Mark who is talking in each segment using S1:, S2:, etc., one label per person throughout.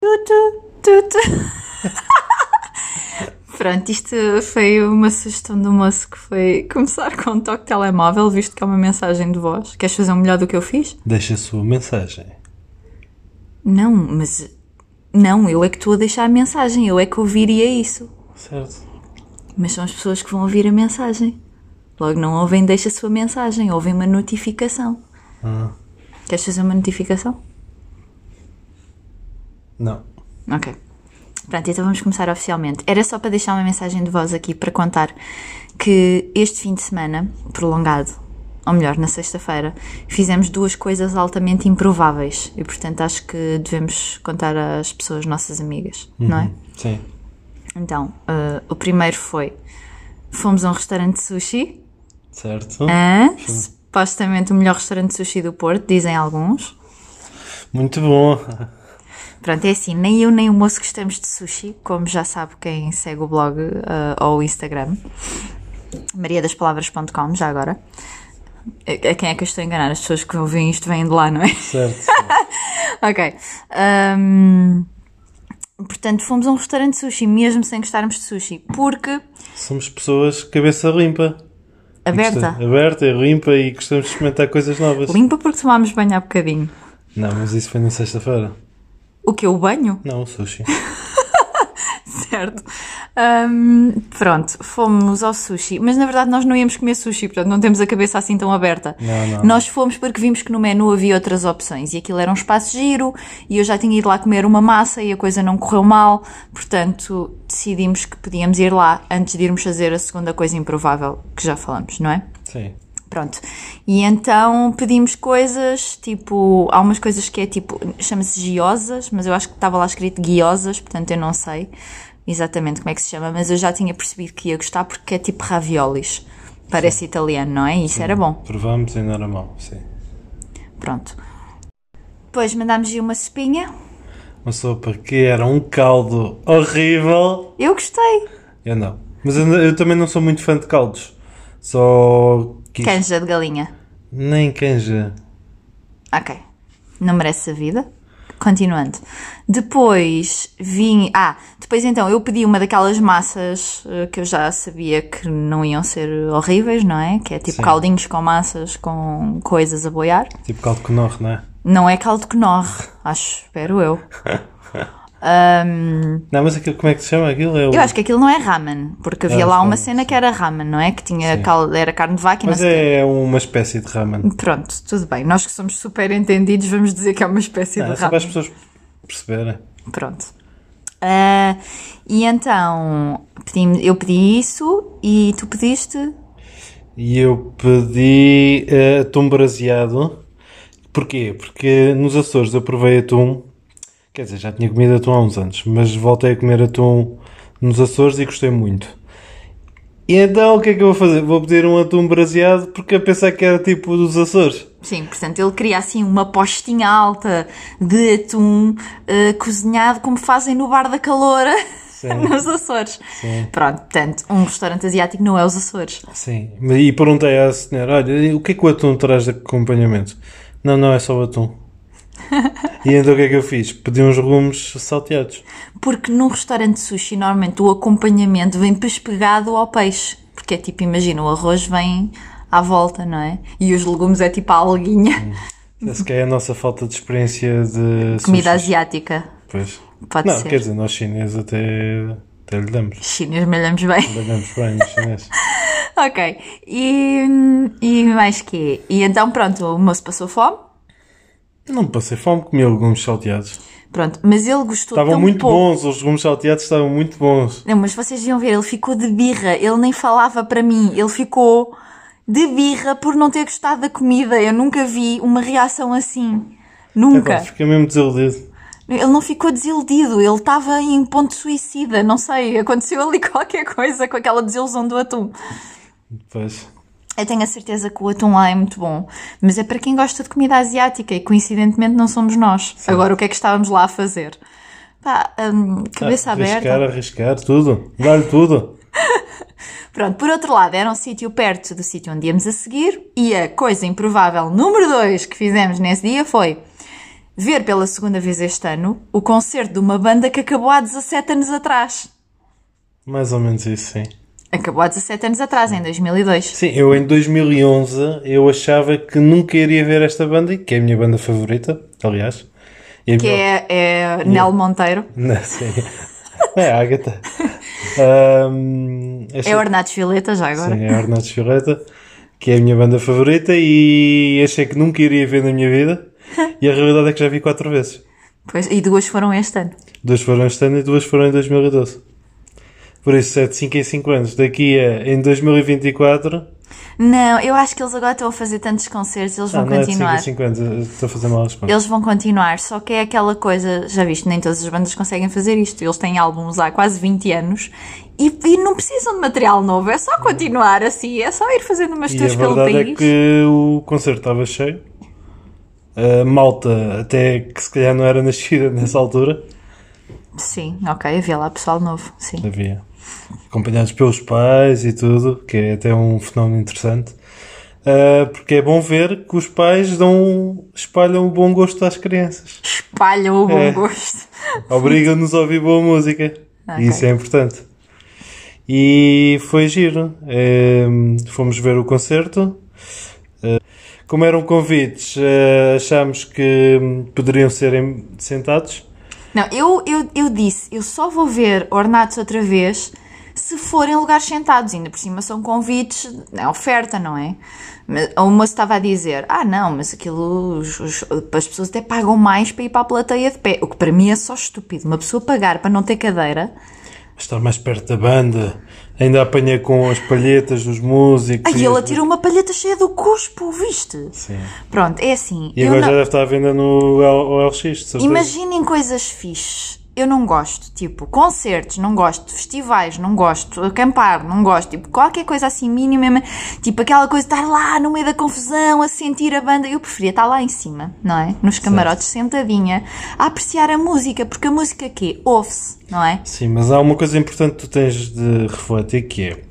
S1: Tutu, tutu. Pronto, isto foi uma sugestão do moço que foi começar com um toque telemóvel, visto que é uma mensagem de voz. Queres fazer um melhor do que eu fiz?
S2: Deixa a sua mensagem.
S1: Não, mas. Não, eu é que estou a deixar a mensagem, eu é que ouviria isso.
S2: Certo.
S1: Mas são as pessoas que vão ouvir a mensagem. Logo não ouvem, deixa a sua mensagem, ouvem uma notificação.
S2: Ah,
S1: Queres fazer uma notificação?
S2: não.
S1: Ok. Pronto, então vamos começar oficialmente. Era só para deixar uma mensagem de voz aqui para contar que este fim de semana, prolongado, ou melhor, na sexta-feira, fizemos duas coisas altamente improváveis e, portanto, acho que devemos contar às pessoas, nossas amigas, não é?
S2: Sim.
S1: Então, eh, o primeiro foi: fomos a um restaurante de sushi,
S2: Certo.
S1: hã? supostamente o melhor restaurante de sushi do Porto, dizem alguns.
S2: Muito bom.
S1: Pronto, é assim, nem eu nem o moço gostamos de sushi, como já sabe quem segue o blog ah, ou o Instagram, mariadaspalavras.com, já agora. A a quem é que eu estou a enganar? As pessoas que ouvem isto vêm de lá, não é?
S2: Certo.
S1: ok. Ahm, portanto, fomos a um restaurante de sushi, mesmo sem gostarmos de sushi, porque
S2: Somos pessoas de cabeça limpa.
S1: aberta.
S2: Gosta- Aberta, limpa e gostamos de experimentar coisas novas.
S1: Limpa porque tomámos banho há bocadinho.
S2: Não, mas isso foi na sexta-feira.
S1: O que? O banho?
S2: Não, o sushi.
S1: Certo. Ahm, pronto, fomos ao sushi, mas na verdade nós não íamos comer sushi, portanto não temos a cabeça assim tão aberta.
S2: Não, não.
S1: Nós fomos porque vimos que no menu havia outras opções e aquilo era um espaço giro e eu já tinha ido lá comer uma massa e a coisa não correu mal, portanto decidimos que podíamos ir lá antes de irmos fazer a segunda coisa improvável que já falamos, não é?
S2: Sim.
S1: Pronto. E então pedimos coisas, tipo, há umas coisas que é tipo, chama-se giosas, mas eu acho que estava lá escrito guiosas, portanto eu não sei exatamente como é que se chama, mas eu já tinha percebido que ia gostar porque é tipo raviolis. Parece italiano, não é? E Isso era bom.
S2: Provamos e não era mau. Sim.
S1: Pronto. Depois mandámos-lhe uma sopinha.
S2: Uma sopa que era um caldo horrível.
S1: Eu gostei.
S2: Eu não. Mas eu, eu também não sou muito fã de caldos. Só que
S1: Canja de galinha.
S2: nem canja.
S1: Ok. Não merece a vida. Continuando. Depois vim. Ah, depois então eu pedi uma daquelas massas eh, que eu já sabia que não iam ser horríveis, não é? Que é tipo
S2: Sim.
S1: caldinhos com massas, com coisas a boiar.
S2: Tipo caldo conorre, não é?
S1: Não é caldo que norre, acho, espero eu.
S2: Não, mas aquilo, como é que se chama aquilo? É o...
S1: Eu acho que aquilo não é ramen, porque havia
S2: É,
S1: lá uma
S2: sim,
S1: cena que era ramen, não é? Que tinha
S2: Sim.
S1: caldo, era carne de vaca e não
S2: Mas
S1: sei o quê.
S2: é uma espécie de ramen.
S1: Pronto, tudo bem. Nós que somos super entendidos vamos dizer que é uma espécie
S2: Não,
S1: de
S2: é só
S1: ramen.
S2: para as pessoas perceberem.
S1: Pronto. Ah, e então pedimos- eu pedi isso e tu pediste.
S2: E eu pedi eh, atum braseado. Porquê? Porque nos Açores eu provei atum. Quer dizer, já tinha comido atum há uns anos, mas voltei a comer atum nos Açores e gostei muito. E então o que é que eu vou fazer? Vou pedir um atum braseado porque eu pensei que era tipo dos Açores.
S1: Sim, portanto, ele queria assim uma postinha alta de atum ah, cozinhado como fazem no bar da caloura nos Açores. Pronto, portanto, um restaurante asiático não é os Açores.
S2: Sim. E perguntei à senhora: olha, e o que é que o atum traz de acompanhamento? Não, não, é só o atum. e então o que é que eu fiz? Pedi uns legumes salteados.
S1: Porque num restaurante de sushi, normalmente o acompanhamento vem pespegado ao peixe. Porque é tipo, imagina, o arroz vem à volta, não é? E os legumes é tipo a alguinha.
S2: Essa que é a nossa falta de experiência de
S1: Comida
S2: sushis.
S1: asiática.
S2: Pois.
S1: Pode
S2: não,
S1: ser.
S2: quer dizer, nós chineses até, até lhe damos.
S1: Chineses malhamos bem.
S2: Lhe damos bem nos chineses.
S1: ok. E, e mais que é? E então pronto, o moço passou fome.
S2: Eu Não passei fome, comi legumes salteados.
S1: Pronto, mas ele gostou
S2: Estavam
S1: tão
S2: muito
S1: Então, pouco.
S2: bons, os legumes salteados estavam muito bons.
S1: Não, mas vocês iam ver, ele ficou de birra, ele nem falava para mim, ele ficou de birra por não ter gostado da comida. Eu nunca vi uma reação assim.
S2: Epá,
S1: Nunca.
S2: É Fiquei mesmo desiludido.
S1: Ele não ficou desiludido, ele estava em ponto suicida, não sei, aconteceu ali qualquer coisa com aquela desilusão do atum.
S2: Pois.
S1: Eu tenho a certeza que o atum lá é muito bom, mas é para quem gosta de comida asiática e coincidentemente não somos nós. Agora o que é que estávamos lá a fazer? Pá, hum, cabeça
S2: arriscar,
S1: aberta.
S2: arriscar, tudo. Dá-lhe tudo.
S1: Pronto, por outro lado, era um sítio perto do sítio onde íamos a seguir e a coisa improvável número 2 que fizemos nesse dia foi ver pela segunda vez este ano o concerto de uma banda que acabou há 17 anos atrás.
S2: Mais ou menos isso, sim.
S1: Acabou há 17 anos atrás, em 2002.
S2: Sim, eu em 2011 eu achava que nunca iria ver esta banda, que é a minha banda favorita, aliás. E a
S1: Que
S2: minha-
S1: é, é Nel Monteiro.
S2: Não, sim. É a Agatha. Ahm, achei-
S1: É Ornatos Violeta, já agora.
S2: Sim, é a Ornados Violeta, que é a minha banda favorita e achei que nunca iria ver na minha vida. E a realidade é que já vi quatro vezes.
S1: Pois, e duas foram este ano.
S2: Duas foram este ano e duas foram em 2012. Por isso, é de 5 em 5 anos. Daqui a em 2024.
S1: Não, eu acho que eles agora estão a fazer tantos concertos, eles
S2: Ah,
S1: vão
S2: não é de 5
S1: continuar.
S2: em 5 anos. eu Estou a fazer mal a resposta.
S1: Eles vão continuar, só que é aquela coisa, já viste, nem todas as bandas conseguem fazer isto. Eles têm álbuns há quase 20 anos e, e não precisam de material novo, é só continuar assim, é só ir fazendo umas
S2: E a
S1: tours pelo
S2: verdade é
S1: país.
S2: que o concerto estava cheio. A malta, até que se calhar não era nascida nessa altura.
S1: Sim, ok, havia lá pessoal novo, sim.
S2: Havia. Acompanhados pelos pais e tudo, que é até um fenómeno interessante. Ah, porque é bom ver que os pais dão, espalham o bom gosto às crianças.
S1: Espalham o bom
S2: É.
S1: gosto.
S2: Obrigam-nos a ouvir boa música.
S1: Ok.
S2: E isso é importante. E foi giro. Ehm, fomos ver o concerto. Eh, como eram convites, eh, achámos que hum, poderiam ser em- sentados.
S1: Não, eu, eu, eu disse, eu só vou ver Ornatos outra vez se for em lugares sentados, ainda por cima são convites, é oferta, não é? Mas O moço estava a dizer, ah não, mas aquilo, os- os- as pessoas até pagam mais para ir para a plateia de pé, o que para mim é só estúpido, uma pessoa pagar para não ter cadeira,
S2: Estar mais perto da banda. Ainda apanhei com as palhetas dos músicos.
S1: aí
S2: e
S1: ele
S2: as-
S1: atirou uma palheta cheia do cuspo, viste?
S2: Sim.
S1: Pronto, é assim,
S2: E
S1: eu
S2: agora
S1: não-
S2: já deve estar à venda no L- OLX, de certeza.
S1: Imaginem coisas fixes. Eu não gosto, tipo, concertos, não gosto, festivais, não gosto, acampar, não gosto, tipo, qualquer coisa assim mínima, mas, tipo, aquela coisa de estar lá no meio da confusão, a sentir a banda, eu preferia estar lá em cima, não é? Nos camarotes, sentadinha, a apreciar a música, porque a música quê? Ouve-se, não é?
S2: Sim, mas há uma coisa importante que tu tens de refletir que é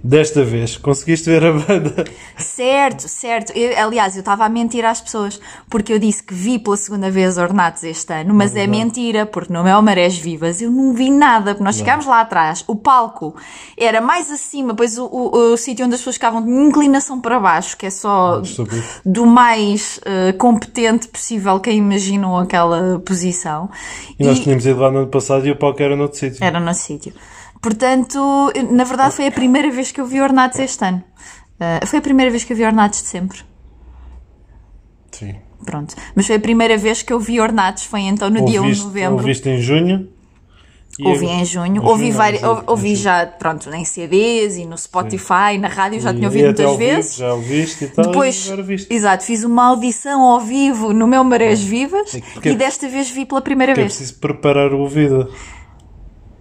S2: desta vez conseguiste ver a banda.
S1: Certo, certo. Eu, aliás, eu estava a mentir às pessoas, porque eu disse que vi pela segunda vez Ornatos este ano, mas é mentira, porque no meu Marés Vivas eu não vi nada, porque nós chegámos lá atrás, o palco era mais acima, pois o, o, o sítio onde as pessoas ficavam tinha inclinação para baixo, que é só
S2: estúpido.
S1: do mais eh, competente possível quem imaginou aquela posição.
S2: E nós tínhamos ido lá no ano passado e o palco era noutro sítio.
S1: Era no sítio. Portanto, eu- na verdade foi a primeira vez que eu vi Ornatos este ano. Eh, foi a primeira vez que eu vi Ornatos de sempre.
S2: Sim.
S1: Pronto. Mas foi a primeira vez que eu vi ornatos, foi então no dia 1 de
S2: Ouviste,
S1: novembro.
S2: ouviste em junho. e
S1: Ouvi
S2: agora-
S1: em junho,
S2: não,
S1: ouvi,
S2: em
S1: várias,
S2: junho.
S1: ouvi já, pronto, em CDs e no Spotify, na rádio, já
S2: E
S1: tinha ouvido
S2: até
S1: muitas
S2: ao vivo,
S1: vezes.
S2: Já ouviste e tal.
S1: Depois,
S2: e agora viste.
S1: exato, fiz uma audição ao vivo no meu Marés Vivas
S2: É que- porque-
S1: e desta vez vi pela primeira
S2: Que é
S1: vez.
S2: preciso preparar o ouvido.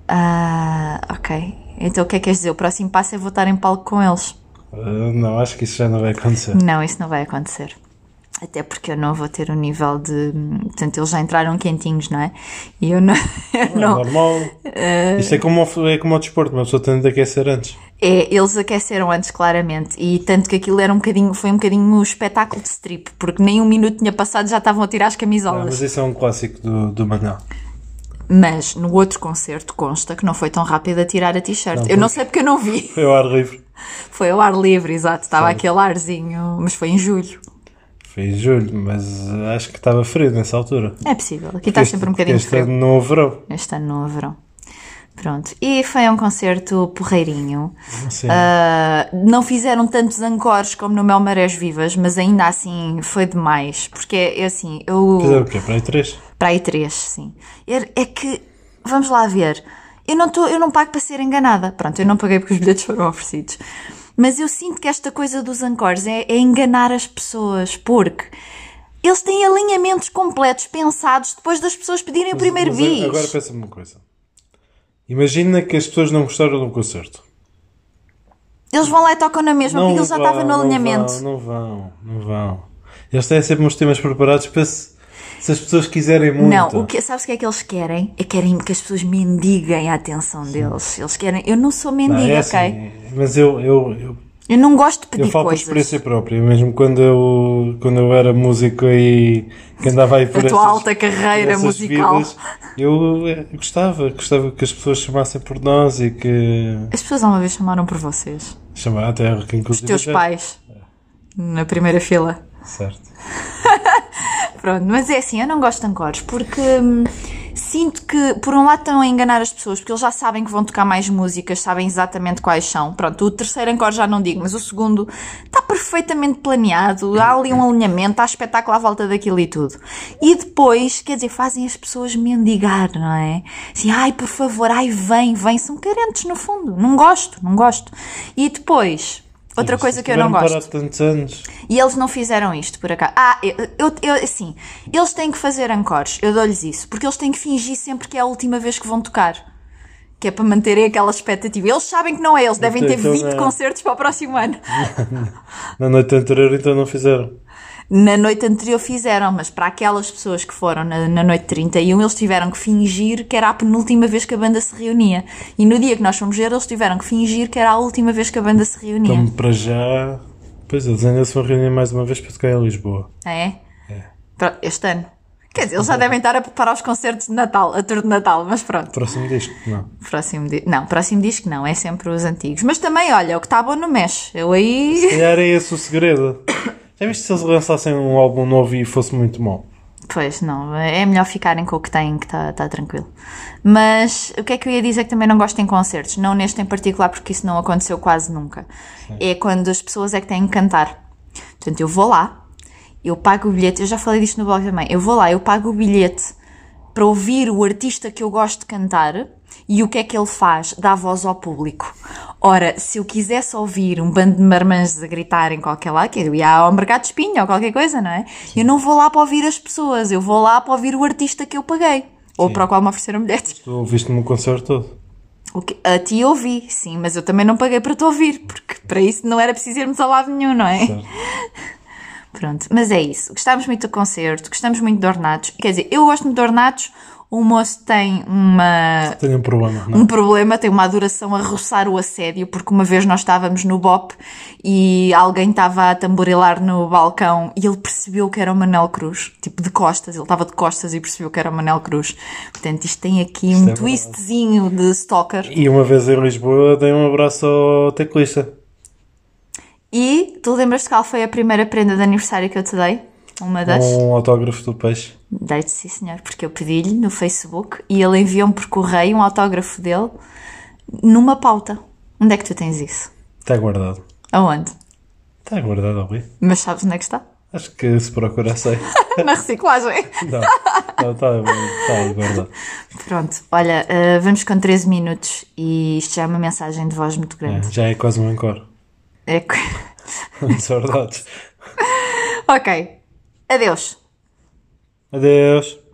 S1: Ah, ok. Então o que é que queres dizer? O próximo passo é votar em palco com eles. Eh,
S2: Ah, não, acho que isso já não vai acontecer.
S1: Não, isso não vai acontecer. Até porque eu não vou ter o nível de. Portanto, eles já entraram quentinhos, não é? E eu não. Eu
S2: É
S1: não Eh,
S2: normal. Isto é como, ao- é como ao desporto, uma pessoa tem de aquecer antes.
S1: É, eles aqueceram antes, claramente, e tanto que aquilo era um bocadinho, foi um bocadinho um espetáculo de strip, porque nem um minuto tinha passado já estavam a tirar as
S2: Ah,
S1: camisolas.
S2: mas isso é um clássico do, do Manel.
S1: Mas no outro concerto consta que não foi tão rápido a tirar a t-shirt. eu não sei porque eu não vi.
S2: Foi ao ar livre.
S1: Foi ao ar livre, exato, estava aquele arzinho, mas foi em julho.
S2: Foi em julho, mas eh, acho que estava frio nessa altura.
S1: É possível, aqui está
S2: Este-
S1: sempre um bocadinho de
S2: este
S1: frio.
S2: ano não haverá.
S1: Este ano não haverão. Pronto, e foi um concerto porreirinho.
S2: Sim.
S1: Ah, não fizeram tantos encores como no Mel Marés Vivas, mas ainda assim foi demais, porque é é assim, eu.
S2: Fazer o quê? Para aí três?
S1: Para aí três, sim. Er- É que, vamos lá ver, eu não, tô, eu não pago para ser enganada. Pronto, eu não paguei porque os bilhetes foram oferecidos. Mas eu sinto que esta coisa dos ancores é, é enganar as pessoas, porque eles têm alinhamentos completos pensados depois das pessoas pedirem o primeiro
S2: Mas é,
S1: bis.
S2: Agora pensa-me uma coisa. Imagina que as pessoas não gostaram do concerto.
S1: Eles vão lá e tocam na mesma, porque eles já estavam no
S2: não
S1: alinhamento.
S2: Vão, não vão, não vão. Eles têm sempre uns temas preparados para se, se as pessoas quiserem muito.
S1: Não, o que, sabes o que é que eles querem? É querem que as pessoas mendiguem a atenção deles. Eles querem. Eu não sou
S2: Não,
S1: mendiga,
S2: é
S1: ok?
S2: assim, Mas eu, eu, eu
S1: Eu não gosto de pedir
S2: Eu falo por
S1: coisas.
S2: experiência própria, mesmo quando eu, quando eu era músico e que andava aí por
S1: A tua
S2: essas,
S1: alta carreira
S2: essas
S1: musical.
S2: vidas, eu eh, gostava, gostava que as pessoas chamassem por nós e que
S1: As pessoas alguma vez chamaram por vocês.
S2: chamaram até que
S1: Os
S2: inclusive
S1: teus
S2: já-
S1: pais.
S2: É.
S1: Na primeira fila.
S2: Certo.
S1: Pronto, mas é assim, eu não gosto de ancores porque hum, sinto que, por um lado, estão a enganar as pessoas porque eles já sabem que vão tocar mais músicas, sabem exatamente quais são. Pronto, o terceiro encore já não digo, mas o segundo está perfeitamente planeado, há ali um alinhamento, há espetáculo à volta daquilo e tudo. E depois, quer dizer, fazem as pessoas mendigar, não é? Assim, ai, por favor, ai, vem, vem. São carentes no fundo, não gosto, não gosto. E depois, outra
S2: Vocês
S1: coisa que eu não
S2: tiveram
S1: gosto.
S2: parado tantos anos.
S1: E eles não fizeram isto, por acaso. Ah, eu, eu, eu- assim, eles têm que fazer ancores, eu dou-lhes isso, porque eles têm que fingir sempre que é a última vez que vão tocar. Que é para manterem aquela expectativa. Eles sabem que não é, eles devem
S2: Então-
S1: ter
S2: então
S1: 20
S2: não.
S1: concertos para o próximo ano.
S2: Na noite anterior então não fizeram.
S1: Na noite anterior fizeram, mas para aquelas pessoas que foram na, na noite 31, eles tiveram que fingir que era a penúltima vez que a banda se reunia. E no dia que nós fomos ver, eles tiveram que fingir que era a última vez que a banda se reunia.
S2: Então para já. Pois eles ainda se vão reunir mais uma vez para tocar em Lisboa.
S1: É? Pronto, este ano. Quer dizer, eles já devem estar a preparar os concertos de Natal, a tour de Natal, mas pronto.
S2: Próximo disco, não.
S1: Próximo di- Não, próximo disco não, é sempre os antigos. Mas também, olha, o que está bom não mexe. Eu aí.
S2: Se calhar é esse o segredo. Já viste se eles lançassem um álbum novo e fosse muito mau?
S1: Pois não, é melhor ficarem com o que têm, que está tá tranquilo. Mas o que é que eu ia dizer que também não gosto em concertos? Não neste em particular, porque isso não aconteceu quase nunca. É quando as pessoas é que têm que cantar. Portanto, eu vou lá, eu pago o bilhete, eu já falei disto no blog também, eu vou lá, eu pago o bilhete para ouvir o artista que eu gosto de cantar e o que é que ele faz? Dá voz ao público. Ora, se eu quisesse ouvir um bando de marmanjos a gritar em qualquer lado, que eu ia ao mercado de espinho ou qualquer coisa, não é? Eu não vou lá para ouvir as pessoas, eu vou lá para ouvir o artista que eu paguei. Ou para o qual me ofereceram bilhetes.
S2: Tu ouviste-me um concerto todo.
S1: O que- a ti eu ouvi, sim, mas eu também não paguei para te ouvir, porque para isso não era preciso irmos a lado nenhum, não é?
S2: Certo.
S1: Pronto, mas é isso. Gostámos muito do concerto, gostamos muito de ornatos. Quer dizer, eu gosto muito de ornatos. O moço tem uma
S2: Tenho um problema, não.
S1: um problema, tem uma adoração a roçar o assédio, porque uma vez nós estávamos no BOP e alguém estava a tamborilar no balcão e ele percebeu que era o Manel Cruz, tipo de costas, ele estava de costas e percebeu que era o Manel Cruz. Portanto, isto tem aqui um
S2: é verdade.
S1: twistzinho de stalker.
S2: E uma vez em Lisboa dei um abraço ao teclista.
S1: E tu lembras-te qual foi a primeira prenda de aniversário que eu te dei? Uma das?
S2: Um autógrafo do peixe.
S1: Dei-te, sim, senhor, porque eu pedi-lhe no Facebook e ele enviou-me por correio um autógrafo dele numa pauta. Onde é que tu tens isso?
S2: Está guardado.
S1: Aonde?
S2: Está guardado ali.
S1: Mas sabes onde é que está?
S2: Acho que se procurar sei.
S1: Na reciclagem.
S2: Não. Não, está tá guardado.
S1: Pronto, olha, eh, vamos com 13 minutos e isto já é uma mensagem de voz muito
S2: É,
S1: grande.
S2: já é quase um encore.
S1: É que-
S2: Saudades.
S1: ok, adeus.
S2: Adeus.